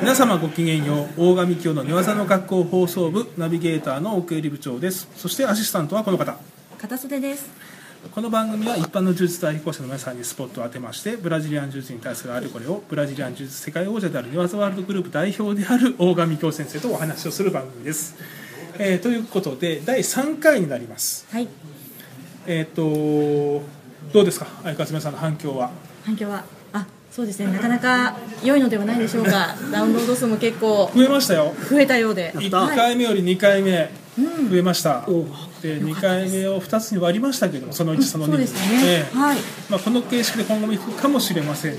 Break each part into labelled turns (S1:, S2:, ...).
S1: 皆様ごきげんよう大神教の寝技の学校放送部ナビゲーターの奥入部長ですそしてアシスタントはこの方
S2: 片袖です
S1: この番組は一般の呪術代行者の皆さんにスポットを当てましてブラジリアン呪術に対するあれこれをブラジリアン呪術世界王者である寝技ワールドグループ代表である大神教先生とお話をする番組です、えーということで第3回になります
S2: はい
S1: えっ、とどうですか相川爪さんの反響は
S2: 反響はあそうですねなかなか良いのではないでしょうかダウンロード数も結構
S1: 増えましたよ
S2: 増えたようで
S1: 1
S2: はい
S1: 回目より2回目
S2: うん
S1: 増えました、
S2: お
S1: で2回目を2つに割りましたけどもその1その2
S2: そうですね、
S1: ええ
S2: はい
S1: まあ、この形式で今後も行くかもしれませんね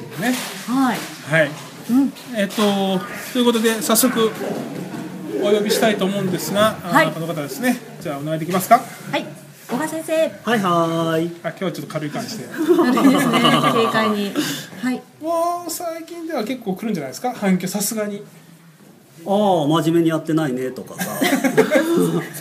S2: はい
S1: はい
S2: うん
S1: えっとということで早速お呼びしたいと思うんですが、あー
S2: はい
S1: この方ですねじゃあお願いできますか
S2: はい小川先生
S3: はいはーい。
S1: あ今日はちょっと軽い感じで
S2: 軽 いですね軽快にはい
S1: もう最近では結構来るんじゃないですか反響さすがに
S3: ああ、真面目にやってないねとか さ、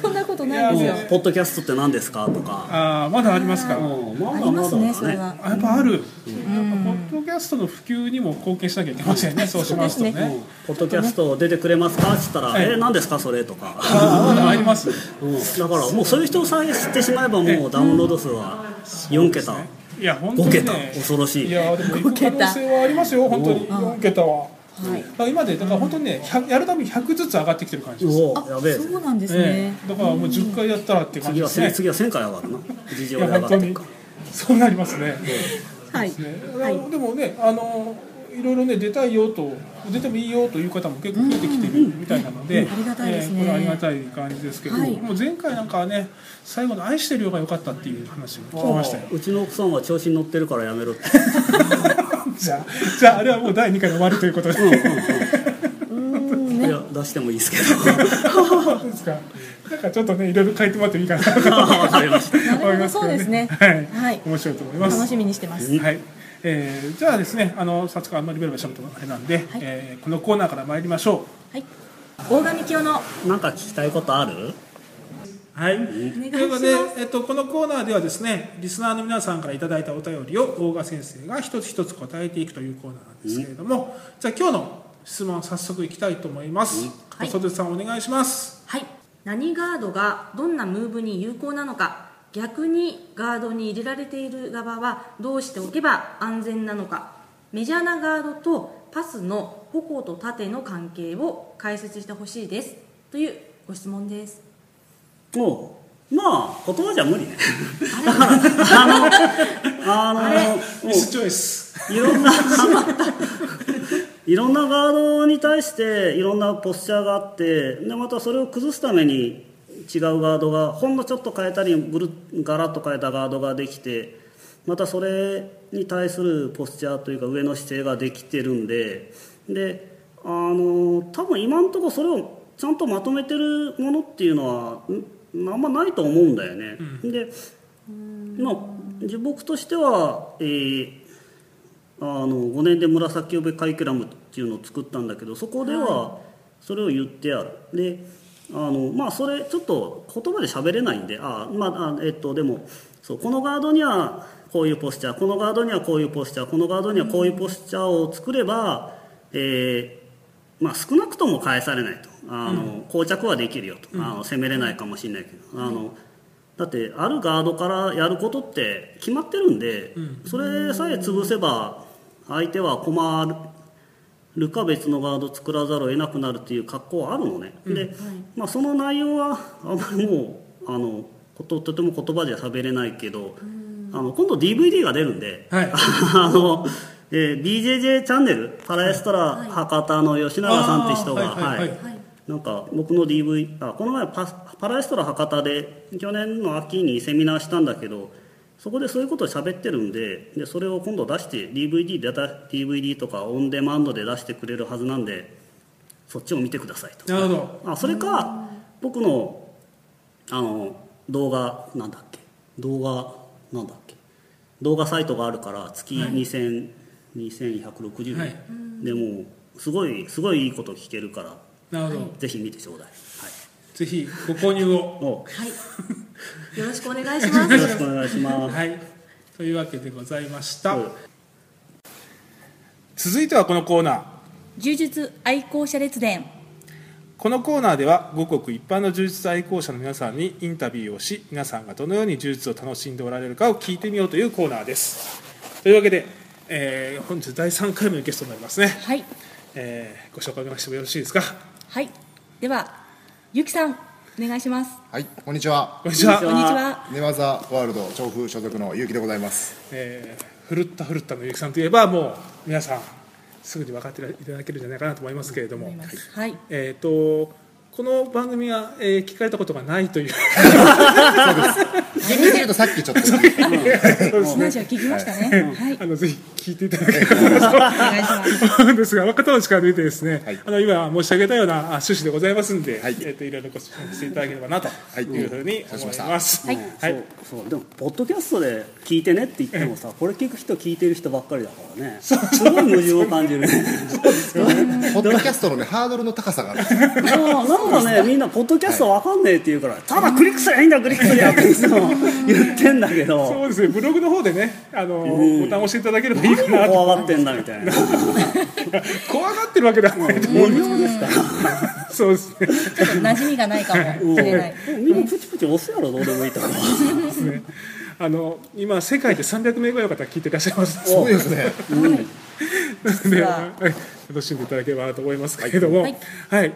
S2: そんなことないですよ
S1: いや
S3: ポッドキャストって何ですかとか。
S1: ああまだありますか
S3: うん
S2: ありますねそれは
S1: あやっぱある、やっぱポッドキャストの普及にも貢献しなきゃいけませんね、そうしますとね。
S2: そうです
S3: うんポッドキャスト出てくれますかって言ったら、
S1: はい
S3: えー、何ですかそれとか、
S1: ああ、まだあります。
S3: うんだからもうそういう人さえ知ってしまえばもうダウンロード数は4桁、
S1: いや、本当に、
S3: 五桁
S1: ね、
S3: 恐ろしい
S1: いや、でも、行く可能性はありますよ、本当に、四桁は。
S2: はい
S1: だから今で、だから、本当にね、100やるたびに100ずつ上がってきてる感じです。
S3: お
S2: あ
S3: おやべえ
S2: そうなんです
S1: え
S2: ね、
S1: えだから、もう10回やったらっていう感
S3: 次
S1: じ
S3: は
S1: です
S3: せ
S1: ね。
S3: 次は1000回上がるな事情
S1: い
S3: で
S1: や、本
S3: 上がっ
S1: 当
S3: てる
S1: に
S3: か。
S1: そうなりますね。
S2: はい
S1: ね
S2: はい
S1: でもね、あの、いろいろね、出たいよと、出てもいいよという方も結構出てきてるみたいなので。
S2: うんありがたいですね
S1: ええこれはありがたい感じですけど、
S2: はい
S1: もう前回なんかはね、最後の愛してるよが良かったっていう話を聞きましたよ。
S3: うちの奥さんは調子に乗ってるからやめろって
S1: じゃあ、じゃあ、あれはもう第2回で終わるということで。
S2: うん
S3: い
S2: ね
S3: や出してもいいですけ
S1: そうですか。なんかちょっとね、いろいろ書いてもらってもいいかなと
S3: ど わかりました
S2: なる
S1: 思い
S2: ほ
S1: ま
S2: ど
S1: すけ
S2: そ
S1: ど
S2: うですね
S1: はい。
S2: はい
S1: 面白いと思います。
S2: 楽しみにしてます
S1: はい。えーじゃあですね、あの早速あんまりベラベラしゃべってもあれなんで、えーこのコーナーから参りましょ
S2: はい大神教の
S3: なんか聞きたいことある
S1: う。はい。
S2: ます
S1: ということで、えっとこのコーナーではですね、リスナーの皆さんからいただいたお便りを大賀先生が一つ一つ答えていくというコーナーなんですけれども、じゃあ今日の質問早速いきたいと思います。
S2: はい
S1: 小袖さんお願いします。
S4: はい、何ガードがどんなムーブに有効なのか逆にガードに入れられている側はどうしておけば安全なのかメジャーなガードとパスの矛と盾の関係を解説してほしいですというご質問です
S3: もうまあ言葉じゃ無理ねだからあのあのも
S1: ミスチョイス。
S3: ういろんないろんなガードに対していろんなポスチャーがあってでまたそれを崩すために違うガードがほんのちょっと変えたりぐるガラッと変えたガードができてまたそれに対するポスチャーというか上の姿勢ができてるんでであの多分今のところそれをちゃんとまとめてるものっていうのはんあんまないと思うんだよね。でまあ、自僕としては、えーあの5年で紫帯カリキュラムっていうのを作ったんだけどそこではそれを言ってやる、であのまあそれちょっと言葉で喋れないんであまああえっとでもそうこのガードにはこういうポスチャーこのガードにはこういうポスチャーこのガードにはこういうポスチャーを作れば、えーまあ、少なくとも返されないとあの、膠着はできるよとあの攻めれないかもしれないけど。あの、だってあるガードからやることって決まってるんで、それさえ潰せば相手は困るか別のガード作らざるを得なくなるっていう格好はあるのね、で、まあ、その内容はあんまりもうあのこととても言葉じゃ喋れないけど、あの今度 DVD が出るんで、
S1: はい。
S3: あの、えー BJJ チャンネルパラエストラ博多の吉永さんって人が、
S1: あーはいはいはい
S4: はい
S3: なんか僕の DV あこの前パパラエストラ博多で去年の秋にセミナーしたんだけどそこでそういうことを喋ってるんででそれを今度出して DVD, でた DVD とかオンデマンドで出してくれるはずなんでそっちを見てくださいと
S1: なるほど。
S3: あそれか僕のあの動画なんだっけ動画なんだっけ動画サイトがあるから月2000、2160円、
S1: はい
S3: でもうすごいすごいいいこと聞けるから
S1: なるほど。
S3: ぜひ見てちょうだい、はい
S1: ぜひご購入を。
S3: お
S4: よろしくお願いしま
S3: よろし
S4: す
S3: くお願いします。
S1: はい、というわけでございました、
S3: うん
S1: 続いてはこのコーナー
S5: 柔術愛好者列伝
S1: このコーナーでは五国一般の柔術愛好者の皆さんにインタビューをし皆さんがどのように柔術を楽しんでおられるかを聞いてみようというコーナーですというわけで、えー本日第3回目のゲストになりますね、
S5: はい
S1: えーご紹介お願いしてもよろしいですか
S5: はいではゆきさんお願いします
S6: はい、こんにちは。
S1: こんにちは
S5: こんにちは
S6: ネバーザワールド調布所属のゆうきでござい ます。
S1: えー、ふるったふるったのゆきさんといえばもう皆さんすぐに分かっていただけるんじゃないかなと思いますけれども、
S5: はい
S1: えっ、とこの番組は、えー聞かれたことがないという
S6: 厳密に 言うとさっきちょっと。
S1: そうですね
S5: 話を聞きましたねはい、
S1: あのぜひ聞いていただければ
S5: お願いします
S1: と思うんですが若手の力でですね、
S6: はい
S1: あの今申し上げたようなあ趣旨でございますんで、
S6: はい
S1: えっといろいろご質問していただければなと
S6: い
S1: いうふうに思います。
S5: はい
S1: はい
S3: そうそうでもポッドキャストで聞いてねって言ってもさこれ聞く人聞いてる人ばっかりだからねすごい矛盾を感じるね
S6: ポッドキャストのね、ハードルの高さがあるんですよ。
S3: そうなんかねみんなポッドキャストわかんねえって言うからただクリックすりゃいいんだクリックすりゃっていつも言ってんだけど
S1: そうですねブログの方でねあの、ボタンを押していただければいいかなと
S3: 怖がってんだみたいな
S1: 怖がってるわけではないと思
S3: 無料ですから
S1: そうですね
S5: ちょっと馴染みがないかもしれ ない
S3: みんなプチプチ押すやろどうでもいいとか
S1: あの今世界で300名ぐらいの方聞いていらっしゃいます
S6: すごいですね。
S1: ので、
S5: 実
S1: は
S5: はい
S1: 楽しんでいただければなと思いますけれども、はい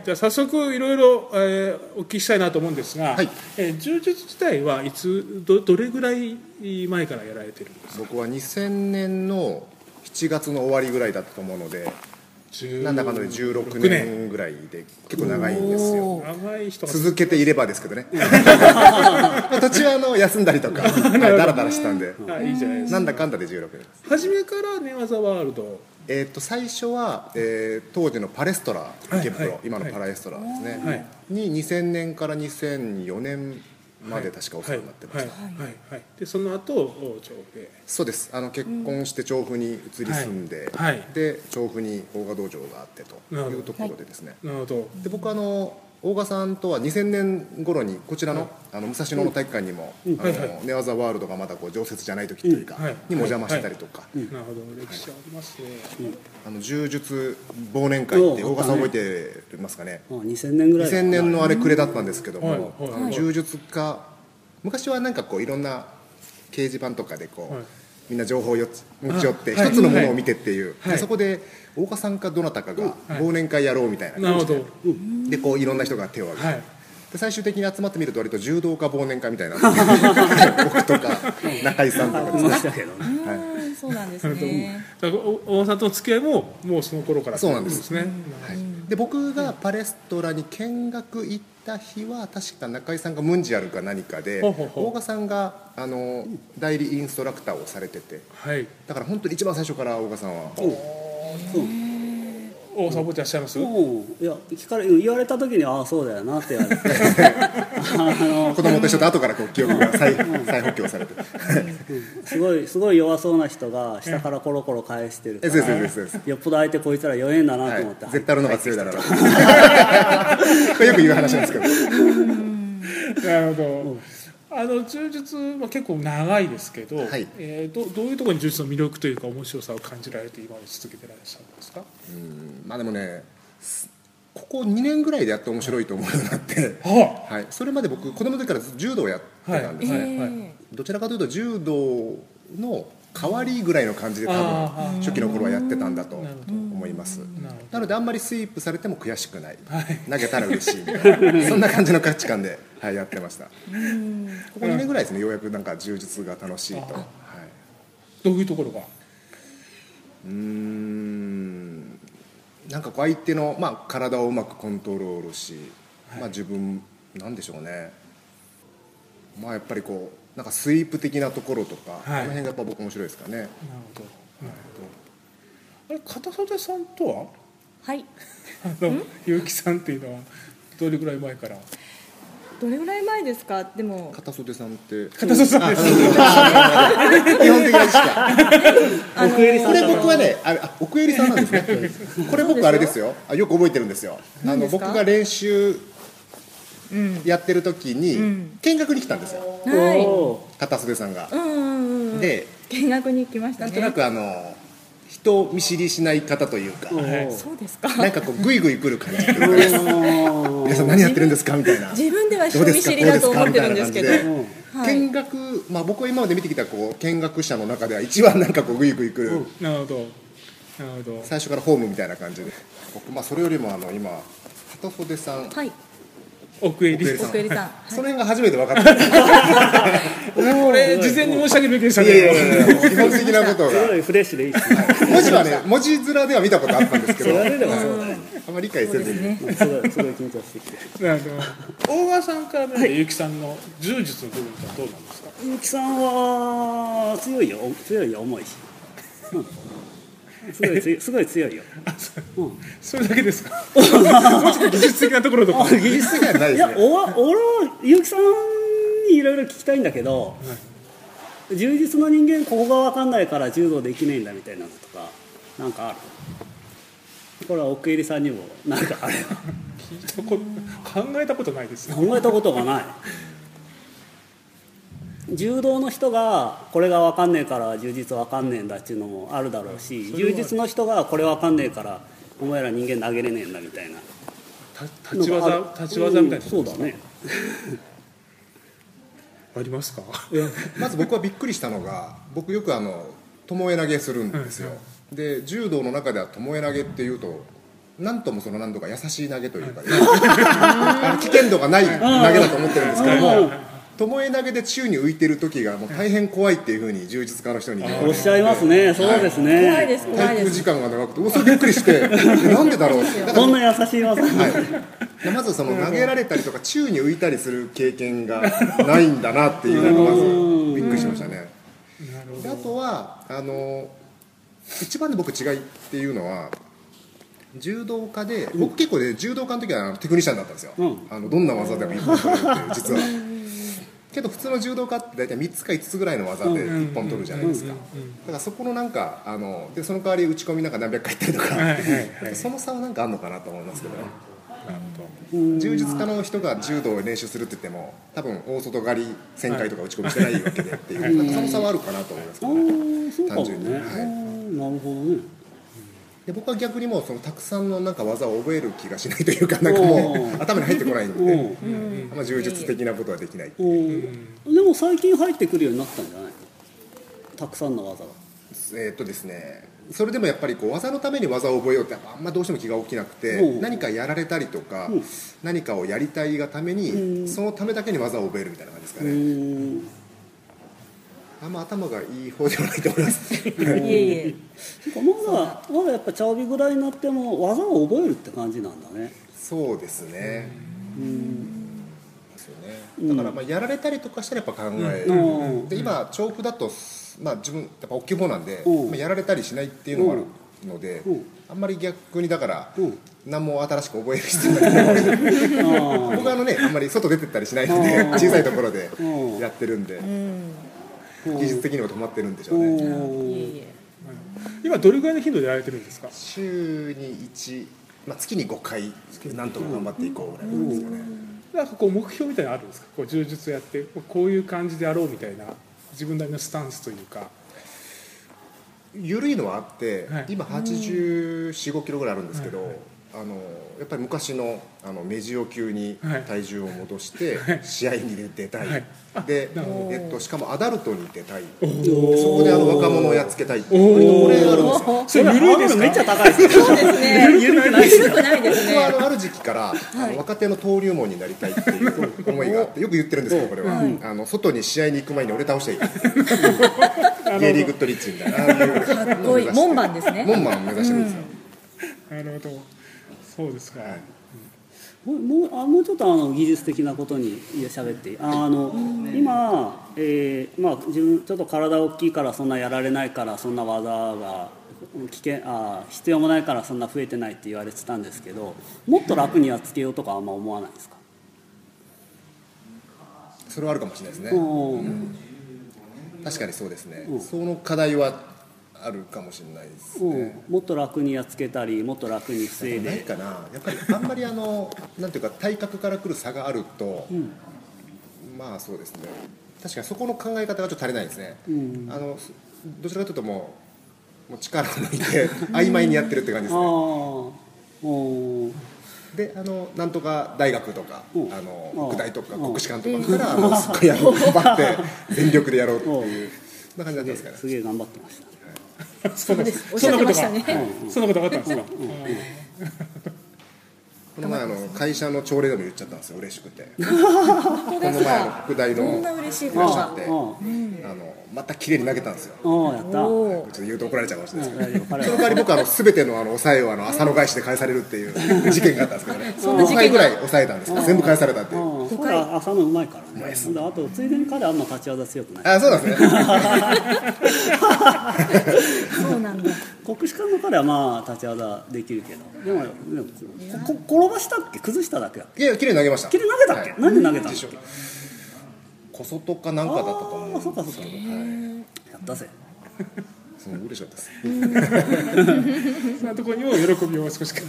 S1: じゃあ早速いろいろ、えーお聞きしたいなと思うんですが、
S6: はい
S1: えー柔術自体はいつどどれぐらい前からやられてるんですか
S6: 僕は2000年の7月の終わりぐらいだったと思うので、
S1: 10
S6: なんだかんだで16年ぐらいで結構長いんですよ。
S1: 長い人が
S6: 続けていればですけど ね。途中あの休んだりと か、はいダラダラしてたんで、
S1: あいいじゃないですか
S6: なんだかんだで16年です。
S1: 初めから寝技ワールド
S6: えー、と最初は、えー当時のパレストラ
S1: い
S6: 池袋、
S1: はい
S6: 今のパラエストラですね、
S1: はい
S6: に2000年から2004年まで確かお世話になってました、
S1: はいはいはいはいでその後お長兵
S6: そうですあの結婚して調布に移り住んで、
S1: はいはい
S6: で調布に大賀道場があってと
S1: なるほど
S6: いうところでですね、
S1: なるほど
S6: で僕あの大賀さんとは2000年頃にこちらの,、あの武蔵野の体育館にも、あの
S1: はいはい
S6: 寝技ワールドがまだこう常設じゃない時というか、
S1: うんはい
S6: にもお邪魔してたりとか、
S1: なるほど歴史ありますね、
S6: あの柔術忘年会って大賀さん覚えてますかね、
S3: もう2000年ぐらいだ
S6: 2000年のあれ暮れだったんですけども、
S1: はいはい
S6: あの柔術家昔はなんかこういろんな掲示板とかでこう、
S1: はい
S6: みんな情報をよつ持ち寄って
S1: はい
S6: 一つのものを見てっていう、
S1: はい
S6: でそこで大岡さんかどなたかが
S1: はい
S6: 忘年会やろうみたいな
S1: なる
S6: 感
S1: ほ
S6: じ
S1: ど
S6: で,、でこういろんな人が手を挙げて、
S1: はい
S6: で最終的に集まってみると割と柔道家忘年会みたいな 僕とか中井さんとかですね
S3: ましたけどね
S5: うんそうなんですね
S1: だからお大和さんとの付き合いももうその頃から
S6: そうなんです
S1: ですね
S6: はい、で僕がパレストラに見学行った日は確か中井さんがムンジアルか何かで
S1: ほうほうほう
S6: 大賀さんがあの代理インストラクターをされてて
S1: はい
S6: だから本当に一番最初から大賀さんは
S1: 大沢覚えてらっしゃいます、
S3: もういや聞かれ言われた時にああそうだよなって言われて
S6: 子供と一緒で後 からこう記憶が再再補強されて
S3: すごいすごい弱そうな人が下からコロコロ返してるか
S6: え
S3: ら
S6: そうですそうですそうで
S3: よっぽど相手こいつら弱えんだ
S6: す、
S3: な
S6: は
S3: と思って、
S6: い、絶対あるのが強いだろうなこ れよく言う話なんですけど
S1: なるほどあの柔術は結構長いですけど、
S6: はい
S1: えーどどういうところに柔術の魅力というか面白さを感じられて今まで続けてらっしゃるんですか
S6: まあでもねすここ2年ぐらいでやっと面白いと思うようになって、
S1: は
S6: はい、それまで僕子供の時からず柔道やってたんですね、
S1: はいはい
S6: どちらかというと柔道の代わりぐらいの感じで多
S1: あ
S6: 分初期の頃はやってたんだと
S1: なるほど
S6: 思います
S1: なるほ
S6: なのであんまりスイープされても悔しくない、
S1: はい
S6: 投げたら嬉しいみた いなそんな感じの価値観で、はい、やってましたここ2年ぐらいですねようやくなんか充実が楽しいと、はい、
S1: どういうところが
S6: うーんなんかこう相手の、まあ、体をうまくコントロールし、まあ、自分なんでしょうねまあやっぱりこうなんかスイープ的なところとか、この辺がやっぱ僕面白いですかね
S1: なるほどなるほどあれ片袖さんとは
S5: はい
S1: あの結城さんっていうのはどれぐらい前から
S5: どれぐらい前ですかでも
S6: 片袖さんって
S1: 片袖さんです
S6: 基本的な意識が
S3: 奥襟さ
S6: こ
S3: んだ
S6: れ僕はねあれあ奥襟さんなんですねこれ僕あれですよあよく覚えてるんですよあの僕が練習やってる時に見学に来たんですよ
S5: はい
S3: お
S6: 片袖さんが
S5: うんうんうん
S6: で
S5: 見学に行きました
S6: なん
S5: ね
S6: となくあの人見知りしない方というか、
S2: そうですか
S6: なんかこうグイグイ来る感じというか皆さん何やってるんですかみたいな
S2: 自分では
S6: ど
S2: 人
S6: うで
S2: 見
S6: すか
S2: 知り
S6: どうで
S2: だ
S6: す
S2: と
S6: か
S2: 思っ
S6: み
S2: て
S6: た
S2: る
S6: い
S2: ん
S6: な
S2: です
S6: 感じ
S2: け
S6: で
S2: どはい
S6: 見学、まあ、僕は今まで見てきたこう見学者の中では一番なんかこうグイグイ来る、
S1: なるほどなるほど
S6: 最初からホームみたいな感じで僕、まあ、それよりもあの今鳩袖さん、
S2: はい
S1: 奥襟
S6: 奥襟さん
S2: 奥襟さん
S6: その辺が初めて分かった
S1: これ事前に申し上げるべきでした
S6: いやいや
S1: ね
S6: いやいや基本的なこと
S3: すご
S6: が
S3: いフレッシュでいいですね
S6: 文字はね文字面では見たことあったんですけ
S3: そ
S6: ど
S3: れは
S6: あん
S3: ねでもそうだね
S6: まり理解せずに、
S3: すごいすごい緊張してきて
S1: なるほど大川さんから見て結城さんの柔術の部分ってのはどうなんですか
S3: 結城さんは強いよ強いよ重いし、うん、すごいついすごい強いよ
S1: それだけ ですかもうちょっと技術的なところとか
S6: 技術的にはない
S3: い
S6: です
S3: や
S6: ね
S3: おわ俺は結城さんにいろいろ聞きたいんだけど、充実の人間ここが分かんないから柔道できないんだみたいなのとかなんかあるこれは奥入さんにもなんかあれ
S1: 聞いたこと考えたことないですよ
S3: 考えたことがない 柔道の人がこれが分かんねえから柔術分かんねえんだっていうのもあるだろうし
S1: それはある
S3: 柔術の人がこれ分かんねえからお前ら人間投げれねえんだみたいな
S1: た立ち技立ち技みたいな
S3: うん
S1: とこ
S3: そ
S1: ろ
S3: うだね
S1: ありますか
S6: まず僕はびっくりしたのが僕よくあの巴投げするんですよ、で柔道の中では巴投げっていうとなんともその何度か優しい投げと いうか、あの危険度がない投げだと思ってるんですけども巴投げで宙に浮いてる時がもう大変怖いっていうふうに柔術家の人に言われ
S3: おってしゃいますねそうですね、
S2: 怖いです怖い
S6: 滞
S2: です
S6: 空時間が長くておそれびっくりしてなんでだろうってだか
S3: こ
S6: ら
S3: んな優しい技
S6: はい、まずその投げられたりとか宙に浮いたりする経験がないんだなっていうのがまずびっくりしましたねであとはあの一番で僕違いっていうのは柔道家で僕結構で柔道家の時はあのテクニシャンだったんですよ、
S3: うん
S6: あのどんな技でも一本取れるっていう実はけど普通の柔道家って大体3つか5つぐらいの技で一本取るじゃないですかだからそこのなんかあのでその代わり打ち込みなんか何百回やったりとか、
S1: はいはい
S6: なんかその差はなんかあるのかなと思いますけどね柔術家の人が柔道を練習するって言っても多分大外刈り旋回とか打ち込みしてないわけでっていうなんかその差はあるかなと思いますけ
S3: あ
S6: どね
S3: ーそうかも
S6: 単純
S3: ね、
S6: にはい
S3: うんなるほどね
S6: で僕は逆にもうそのたくさんのなんか技を覚える気がしないというかなんかも
S3: お
S6: う
S3: ー
S6: 頭に入ってこないん
S3: う
S6: で
S3: ん
S6: あんま柔術的なことはできない
S3: うんでも最近入ってくるようになったんじゃないのたくさんの技が
S6: えーっとですねそれでもやっぱりこう技のために技を覚えようってやっぱあんまどうしても気が起きなくて
S3: うん
S6: 何かやられたりとか
S3: うん
S6: 何かをやりたいがためにそのためだけに技を覚えるみたいな感じですか
S3: う
S6: ね
S3: ーん
S6: あんま頭がいい方ではないと思いま す
S2: いえいえ
S3: てかまだまだやっぱチャオビぐらいになっても技を覚えるって感じなんだね
S6: そうですね。
S3: う
S6: ですよ
S3: ん
S6: ね。だからまあやられたりとかしたらやっぱ考え
S3: う
S6: る。
S3: ん
S6: で今調布だとまあ自分やっぱ大きい方なんで、
S3: うん
S6: まあやられたりしないっていうのがあるので
S3: うん、
S6: あんまり逆にだから
S3: うん
S6: 何も新しく覚える必要がない。僕はあのねあんまり外出てったりしないので
S3: うん
S6: 小さいところで
S3: うん
S6: やってるんで
S2: うん
S6: 技術的にも止まってるんでしょ
S3: う
S6: う
S2: い
S6: ね。
S2: え
S3: ん
S2: いえ
S1: 今どれぐらいの頻度でやられてるんですか
S6: 週に一まあ月に5回なんとか頑張っていこうぐらいなんですよね。
S1: なんかこう目標みたいなのあるんですかこう柔術やってこういう感じでやろうみたいな自分なりのスタンスというか
S6: 緩いのはあって、
S1: はい
S6: 今8 4 5キロぐらいあるんですけど、あのやっぱり昔のあの目白級に
S1: はい
S6: 体重を戻して、試合に出たい、
S1: はい
S6: で
S1: なるほ、
S6: えっと、しかもアダルトに出たい
S1: お
S6: そ
S1: お
S6: こであの若者をやっつけたいっていう
S1: お
S6: これがあるんですよ
S1: それ緩いですか
S3: めっちゃ高いですね
S2: そうですね緩くないです
S6: 僕はあ
S2: ね
S6: のある時期から、あの若手の登竜門になりたいっていう思いがあってよく言ってるんですけどこれは、あの外に試合に行く前に俺倒していいゲイリー・グッドリッチみたいなああいう
S2: かっこいい門番ですね
S6: 門番を目指してるんですよ、
S1: なるほどそうですか、
S6: はい
S3: もうもうあもうちょっとあの技術的なことにいや喋っていいああの、今、えーまあ、自分ちょっと体大きいからそんなやられないからそんな技が危険あー必要もないからそんな増えてないって言われてたんですけどもっと楽にやっつけようとかあんま思わないですか、
S6: それはあるかもしれないですね、
S3: うん
S6: 確かにそうですね、
S3: うん
S6: その課題はあるかもしれないです
S3: う
S6: ね、
S3: ん、もっと楽にやっつけたりもっと楽に防い
S6: ない
S3: で
S6: かなやっぱりあんまりあのなんていうか体格からくる差があると、
S3: ん
S6: まあそうですね確かにそこの考え方がちょっと足りないですね、
S3: ん
S6: あのどちらかというともうもう力を抜 いて曖昧にやってるって感じです
S3: ああ
S6: ね
S3: おー
S6: であのなんとか大学とかあ
S3: うん
S6: の
S3: うん
S6: 北大とか国士舘とか来たらあのすっごいや ろう頑張って全力でやろうっていうそんな感じになってますか
S3: すげえ頑張ってまし た
S1: そんな
S2: ですおっし
S1: そん
S2: ゃっ
S1: なこと
S2: てまし
S1: が、
S2: たね
S1: そんなことがあったんですか、
S6: らねこの前あの会社の朝礼でも言っちゃったんですよ嬉しく てこの前あの北大
S2: こん
S6: の
S2: な嬉しいこ
S6: いらっ
S2: と
S6: しゃ
S2: が
S6: って
S3: うん
S6: あのまた綺麗に投げたんですよちょ
S3: おーやった
S2: お
S6: っと言うと怒られちゃうかもしれないですけど
S3: 大丈夫彼
S6: その
S3: は
S6: 代わり僕あの全てのあの抑えをあの浅野返しで返されるっていう 事件があったんですけどね
S2: んな事
S6: 5
S2: 件が
S6: 回ぐらい抑えたんですけど全部返されたっていう
S3: うん彼は朝のうまいからねであとついでに彼はあんま立ち技強くない
S6: あそうなんですね
S2: そうなんだ
S3: 国士舘の彼はまあ立ち技できるけどでもでもここ転ばしたっけ崩しただけだっ
S6: いや綺麗に投げました
S3: け綺麗に投げたっけ、
S6: はい
S3: なんで投げたんだっけ
S6: 小外かなんかだったと思
S3: あ
S6: う
S3: ーそうかそうか
S6: はい
S3: やったぜ
S6: すごい嬉しかったです
S1: そんなところにも喜びを少しか、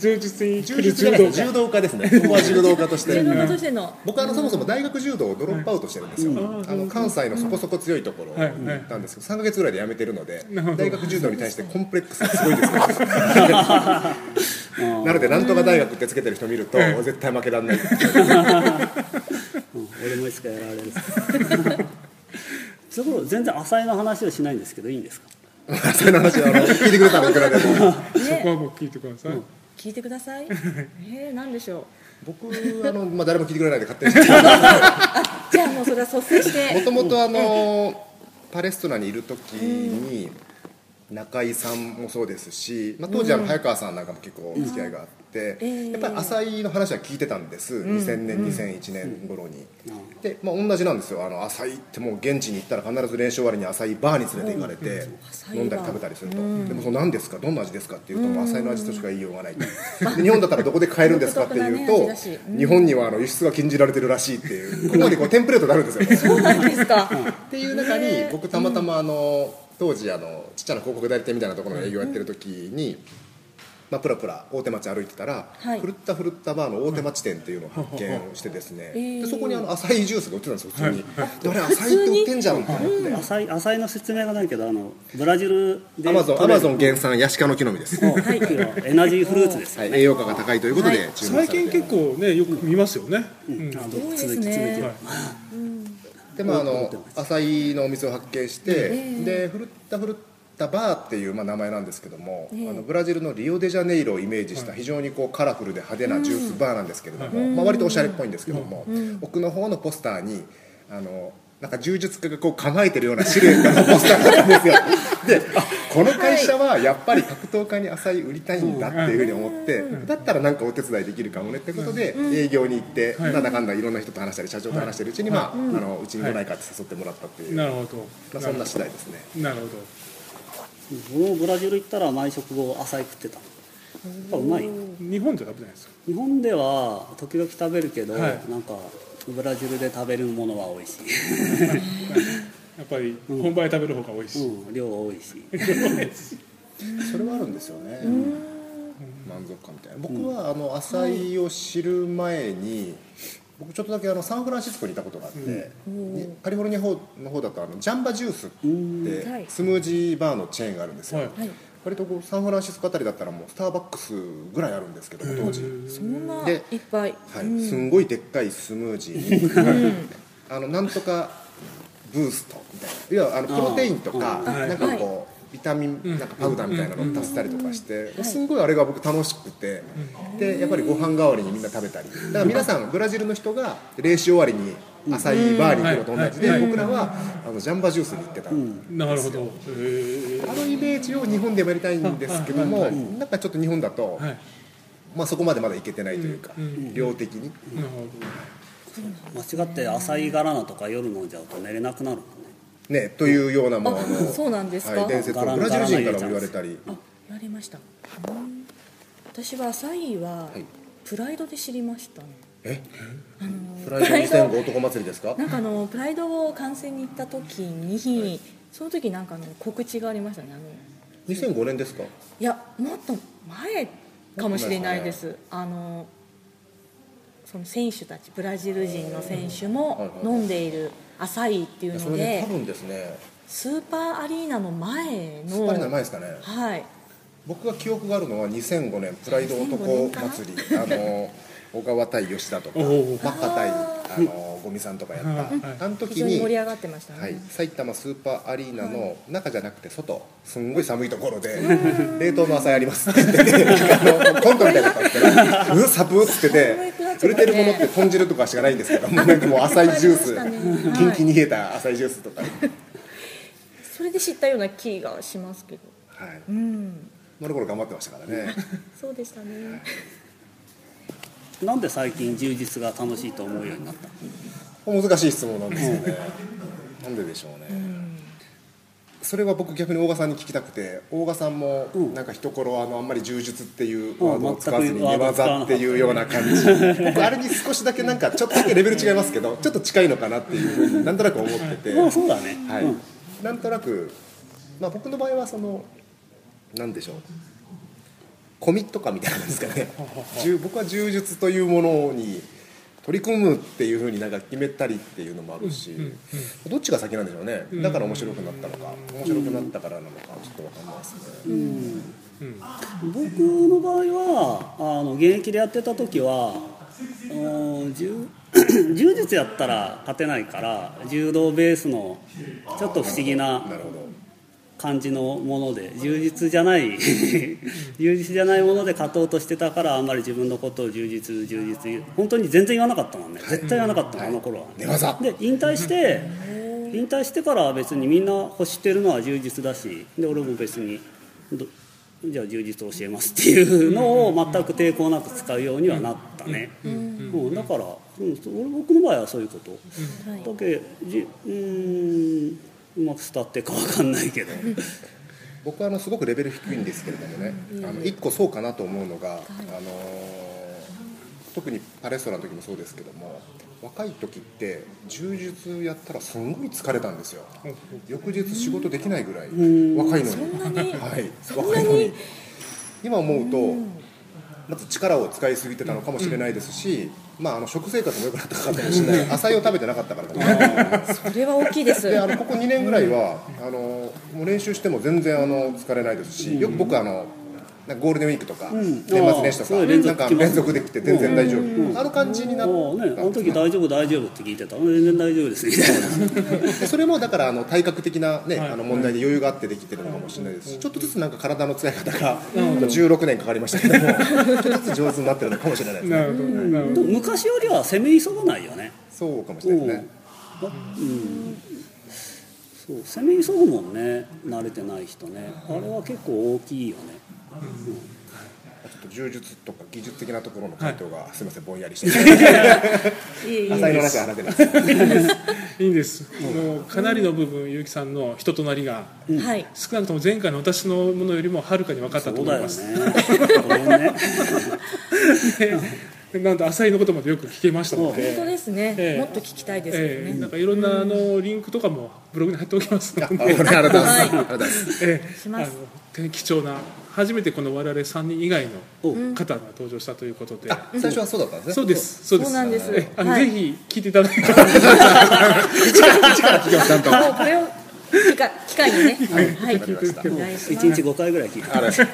S1: 充実に来
S6: 柔
S1: る柔
S6: 術じゃない
S1: 道
S6: です柔道家ですね僕は柔道家として
S2: 柔道家としての
S6: 僕はあのそもそも大学柔道をドロップアウトしてるんですよ、あの関西のそこそこ強いところ
S1: はい
S6: なんですけど3か月ぐらいで辞めてるので
S1: なるほど
S6: 大学柔道に対してコンプレックスがすごいですね なのでなんとか大学ってつけてる人見ると絶対負けられないって
S3: うん俺もいつかやられる それこそ全然浅井の話をしないんですけどいいんですか
S6: それの話はあの聞いてくれたらいくらで も
S1: そこはもう聞いてください、
S2: 聞いてくだ さいえー、何でしょう
S6: 僕あの、まあ、誰も聞いてくれないんで勝手にしても
S2: じゃあもうそれは率先して
S6: ともとあのパレストナにいる時に中井さんもそうですし、まあ、当時あの早川さんなんかも結構付き合いがあって、
S2: ええ
S6: やっぱり浅井の話は聞いてたんです、2000年2001年頃に、で、まあ、同じなんですよあの浅井ってもう現地に行ったら必ず練習終わりに浅井バーに連れて行かれて、
S2: うん
S6: 飲んだり食べたりすると、でもその何ですかどんな味ですかっていうと、もう浅井の味としか言いようがない、で日本だったらどこで買えるんですかってい
S2: 独
S6: う
S2: 特なね味
S6: と
S2: だし
S6: 日本にはあの輸出が禁じられてるらしいっていうここにこうテンプレートがあるんですよね
S2: そうなんですか
S6: っていう中に僕たまたまあの当時あのちっちゃな広告代理店みたいなところの営業やってる時に、まあ、プラプラ大手町歩いてたら、
S2: はい
S6: ふるったふるったバーの大手町店っていうのを発見をしてですね、
S2: ー
S6: でそこにあの浅いジュースが売ってたんですよ普通に、であれ浅いって売ってんじゃんと思って、
S3: 浅井浅井の説明がないけどあのブラジルで
S6: アマゾンア
S3: 取れ
S6: マ
S3: る
S6: ゾン原産ヤシ科の木の実です、は
S3: はいエナジーフルーツですよ
S6: い、栄養価が高いということで注目
S1: 最
S6: され
S1: 近
S6: て
S1: 結構ねよく見ますよね、うん
S3: あ
S2: 多
S3: の
S2: いです
S3: 続き続き
S2: ね
S1: はい
S6: でまああの浅井のお店を発見して、でふるったふるったバーっていう、まあ、名前なんですけども、あのブラジルのリオデジャネイロをイメージした非常にこうカラフルで派手なジュースバーなんですけれども、まあ、割とおしゃれっぽいんですけども、奥の方のポスターにあのなんか柔術家がこう構えてるようなシルエットのポスターがあるんですよであこの会社はやっぱり格闘家に浅井売りたいんだっていうふうに思ってだったらなんかお手伝いできるかもねってことで営業に行ってなんだかんだいろんな人と話したり社長と話してるうちにまああのうちに来ないかって誘ってもらったっていう
S1: なる
S6: ま
S1: ほ
S6: あ
S1: ど
S6: そんな次第ですね
S1: なるほ
S3: 僕もブラジル行ったら毎食後浅井食ってたやっぱうまい
S1: ど日本じゃ食べないですよ
S3: 日本では時々食べるけど、
S1: はい
S3: なんかブラジルで食べるものは多いし、
S1: やっぱり本場で食べる方が美味しい、
S3: うん、量多いし
S6: それはあるんですよね満足感みたいな僕はあの浅井を知る前に僕ちょっとだけあのサンフランシスコにいたことがあってにカリフォルニアの方だとあのジャンバジュースってスムージーバーのチェーンがあるんですよ
S1: はい
S6: 割とこうサンフランシスコあたりだったらもうスターバックスぐらいあるんですけど当時、
S2: そんな
S6: で
S2: いっぱい
S6: はいすんごいでっかいスムージーにあのなんとかブーストみたいないやあのプロテインとか
S1: あはい
S6: なんかこうビタミンなんかパウダーみたいなのを足したりとかしてすんごいあれが僕楽しくてでやっぱりご飯代わりにみんな食べたりだから皆さんブラジルの人が練習終わりに浅いバーに行くのと同じ
S1: うん
S6: で
S1: はい
S6: 僕らはあのジャンバジュースに行ってた
S1: なるほどへえ
S6: あのイメージを日本でもやりたいんですけどもなんかちょっと日本だと
S1: はい
S6: まあ、そこまでまだいけてないというか、
S1: うんうん
S6: 量的に、
S1: なるほ
S3: 間違って浅井ガラナとか夜飲んじゃうと寝れなくなるもんね
S6: ね、というようなもの
S2: あ
S6: の
S2: そうなんですか
S6: はい、伝説を
S3: ガラン
S6: ブラジル人からも言われたり
S2: あやりましたうん私はサイは
S6: はい
S2: プライドで知りましたね、
S6: えプ
S2: ラ
S6: ラ
S2: イド
S6: イド2005男祭りですか
S2: なんかあのプライドを観戦に行った時に、その時なんかあの告知がありましたねあの
S6: 2005年ですか
S2: いやもっと前かもしれないですあのその選手たちブラジル人の選手も
S6: うん
S2: 飲んでいる浅いっていう
S6: そ
S2: の
S6: れね
S2: で
S6: 多分ですね
S2: スーパーアリーナの前
S6: スパリの
S2: の
S6: 前ですかね
S2: はい
S6: 僕が記憶があるのは2005年プライド男祭りあの小川対吉田とか
S1: お
S6: マ
S1: ー
S6: ッハ対あのゴミさんとかや
S1: はい
S6: ったあの
S2: 非
S6: 時
S2: 常に
S6: に
S2: 盛り上がってましたね、
S6: はい、埼玉スーパーアリーナの中じゃなくて外すんごい寒いところで冷凍の野菜ありますって言っててあのコントみたいなのや ったからうわサブっつってて売れてるものって豚汁とかしかないんです けどもうなんかもう浅いジュース
S2: ありましたね
S6: キンキンに冷えた浅いジュースとか、はい
S2: それで知ったような気がしますけどうん
S6: その頃頑張ってましたからね
S2: そうでしたね
S3: なんで最近充実が楽しいと思うようになった
S6: 難しい質問なんですよねなんででしょうね、それは僕逆に大賀さんに聞きたくて大賀さんも
S3: うん
S6: なんか一頃あのあんまり柔術っていうワード
S3: う
S6: を
S3: ん
S6: 使わずに
S3: 全
S6: 寝
S3: くワードを使わ
S6: 技
S3: なかっ
S6: っ
S3: た
S6: ていうような感じ僕あれに少しだけなんかちょっとだけレベル違いますけどちょっと近いのかなっていうふうになんとなく思ってて、
S3: まあそうだね、
S6: はい
S3: うん
S6: なんとなく、まあ、僕の場合はそのなんでしょうコミット感みたいなんですか ね柔僕は柔術というものに取り組むっていうふうになんか決めたりっていうのもあるし、どっちが先なんでしょうねだから面白くなったのか面白くなったからなのかちょっと分かんないですね、
S3: 僕の場合はあの現役でやってた時はうん 柔柔術やったら勝てないから柔道ベースのちょっと不思議な
S6: なるほど
S3: 感じのもので充実じゃない 充実じゃないもので勝とうとしてたからあんまり自分のことを充実充実本当に全然言わなかったもんね絶対言わなかったもん、あの頃は、
S6: 寝技
S3: で引退して引退してからは別にみんな欲してるのは充実だしで俺も別にどじゃあ充実を教えますっていうのを全く抵抗なく使うようにはなったね、うんだから、うん、そ俺僕の場合はそういうこと、
S2: はい
S3: だけじうーんうまく伝ってかわかんないけ ど
S6: 僕はあのすごくレベル低いんですけれどもね、あの一個そうかなと思うのが、あのー特にパレストラの時もそうですけども若い時って柔術やったらすんごい疲れたんですよ翌日仕事できないぐらい若いのに
S2: そんなに
S6: はい
S2: そん
S6: 若
S2: ないに
S6: のに今思うとまず力を使いすぎてたのかもしれないですし、まあ、あの食生活も良くなったかもしれない朝湯を食べてなかったからかもしれ ない
S2: それは大きいです
S6: であのここ2年ぐらいはあのもう練習しても全然あの疲れないですしよく僕あのなんかゴールデンウィークとか、
S3: ん
S6: 年末年始と
S3: あ
S6: か
S3: あそう連続
S6: なんか
S3: 来ます
S6: 連続できて全然大丈夫、あの感じになっ
S3: もうね、あ
S6: た
S3: の
S6: んです
S3: 時大丈夫大丈夫って聞いてた全然大丈夫ですみたいな
S6: でそれもだからあの体格的な、ねあの問題で余裕があってできてるのかもしれないですしちょっとずつなんか体の使い方が16年か かりましたけどもちょっとずつ上手になってるのかもしれないです
S1: な
S6: ね
S1: るほどなるほ
S3: で
S1: ど
S3: も昔よりは攻め急がないよね
S6: そうかもしれないですね
S3: うんそう攻め急ぐもんね慣れてない人ねあれは結構大きいよね
S6: ちょっと柔術とか技術的なところの回答が、すみませんぼんやりし てて浅いの話は話せないです
S1: いいんですもうかなりの部分結城さんの人となりが
S2: はい
S1: 少なくとも前回の私のものよりもはるかに分かったと
S3: そう
S1: 思
S3: だ
S1: いま
S3: よね
S1: す
S3: ごめん ね
S1: で なんと浅井のことまでよく聞けましたの
S2: 本当
S1: で、
S2: ですね、
S1: ええ
S2: もっと聞きたいですよ
S1: え
S2: ね、
S1: え、なんかいろんなあのリンクとかもブログに貼っておきますの
S6: あ
S1: で、
S6: りがとうございますありがとうございます
S1: ええ、
S2: し
S1: あ
S2: ま
S1: の
S2: す
S1: て貴重な初めてこの我々3人以外
S3: お
S1: の方が登場したということで、
S6: あ最初はそうだったんですね。
S1: そう ですそうです
S2: そうなんです
S1: ええあの
S2: はい
S1: ぜひ聞いていた だいたら
S6: 企業ちゃ んと。
S2: もうこれを機会機会にねはい、
S6: わかりました。あり
S2: お願いし
S3: 一
S2: ます
S3: 日5回ぐらい聞いて
S6: がとうござい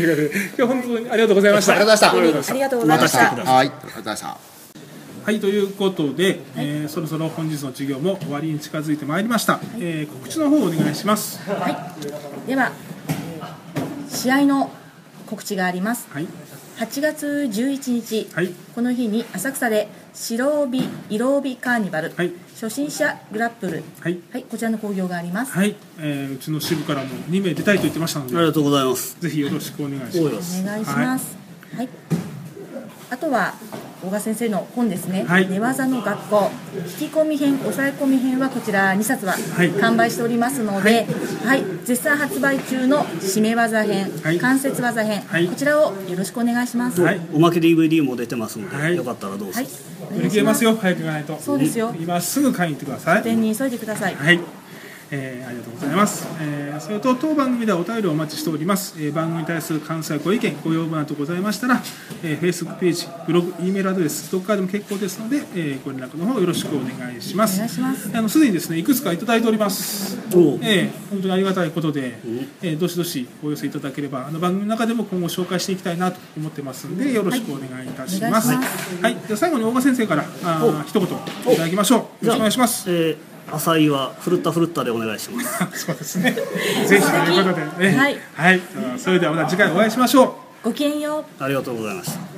S1: ということで今日本当にありがとうございました。
S6: ました。ありがとうございま
S2: あ
S6: した。
S2: りがとうございました
S6: はい、ありがとうございました。
S1: はいということで、えーそろそろ本日の授業も終わりに近づいてまいりました、えー告知の方をお願いします
S5: では、えー試合の告知があります。
S1: はい
S5: 8月11日、
S1: はい
S5: この日に浅草で白帯色帯カーニバル、
S1: はい
S5: 初心者グラップル、
S1: はい
S5: はい、こちらの興行があります。
S1: はい、えーうちの支部からも2名出たいと言ってましたので、
S3: ありがとうございます
S1: ぜひよろしくお願いし
S3: お
S1: ま
S3: いよ
S5: お願いします。はい。あとは小賀先生の本ですね。
S1: はい
S5: 寝技の学校引き込み編抑え込み編はこちら2冊は
S1: はい
S5: 完売しておりますので、はい、絶賛発売中の締め技編、
S1: はい
S5: 関節技編、
S1: はい
S5: こちらをよろしくお願いします。
S1: す。
S5: は。
S1: はいい、
S3: おまけ DVD も出てますので、
S1: はい
S3: よかったらどうぞ、
S5: お願いし
S1: 売り切れますよ。早く行かないと。
S5: そうですよ
S1: 今すぐ買いに行ってください。
S5: 点に急いでください。
S1: はい。えーありがとうございます、えーそれと当番組ではお便りをお待ちしております、えー番組に対する関西ご意見ご要望などございましたら、えー、Facebook ページブログ E メールアドレスどこからでも結構ですので、えーご連絡の方よろしくお願いします
S5: お願いします
S1: あのすでにですねいくつかいただいております
S3: おう
S1: ええ本当にありがたいことで、ええどしどしお寄せいただければあの番組の中でも今後紹介していきたいなと思ってますんでよろしくお願いいたします,、
S5: は
S1: はいい
S5: お願い
S1: では最後に大賀先生からあー一言いただきましょうよろしくお願いします
S3: えー、浅井はふるったふるったでお願いしま す
S1: そうですねぜひということで、ね
S5: はい
S1: はい、それではまた次回お会いしましょう
S5: ごきげんよう。
S3: ありがとうございました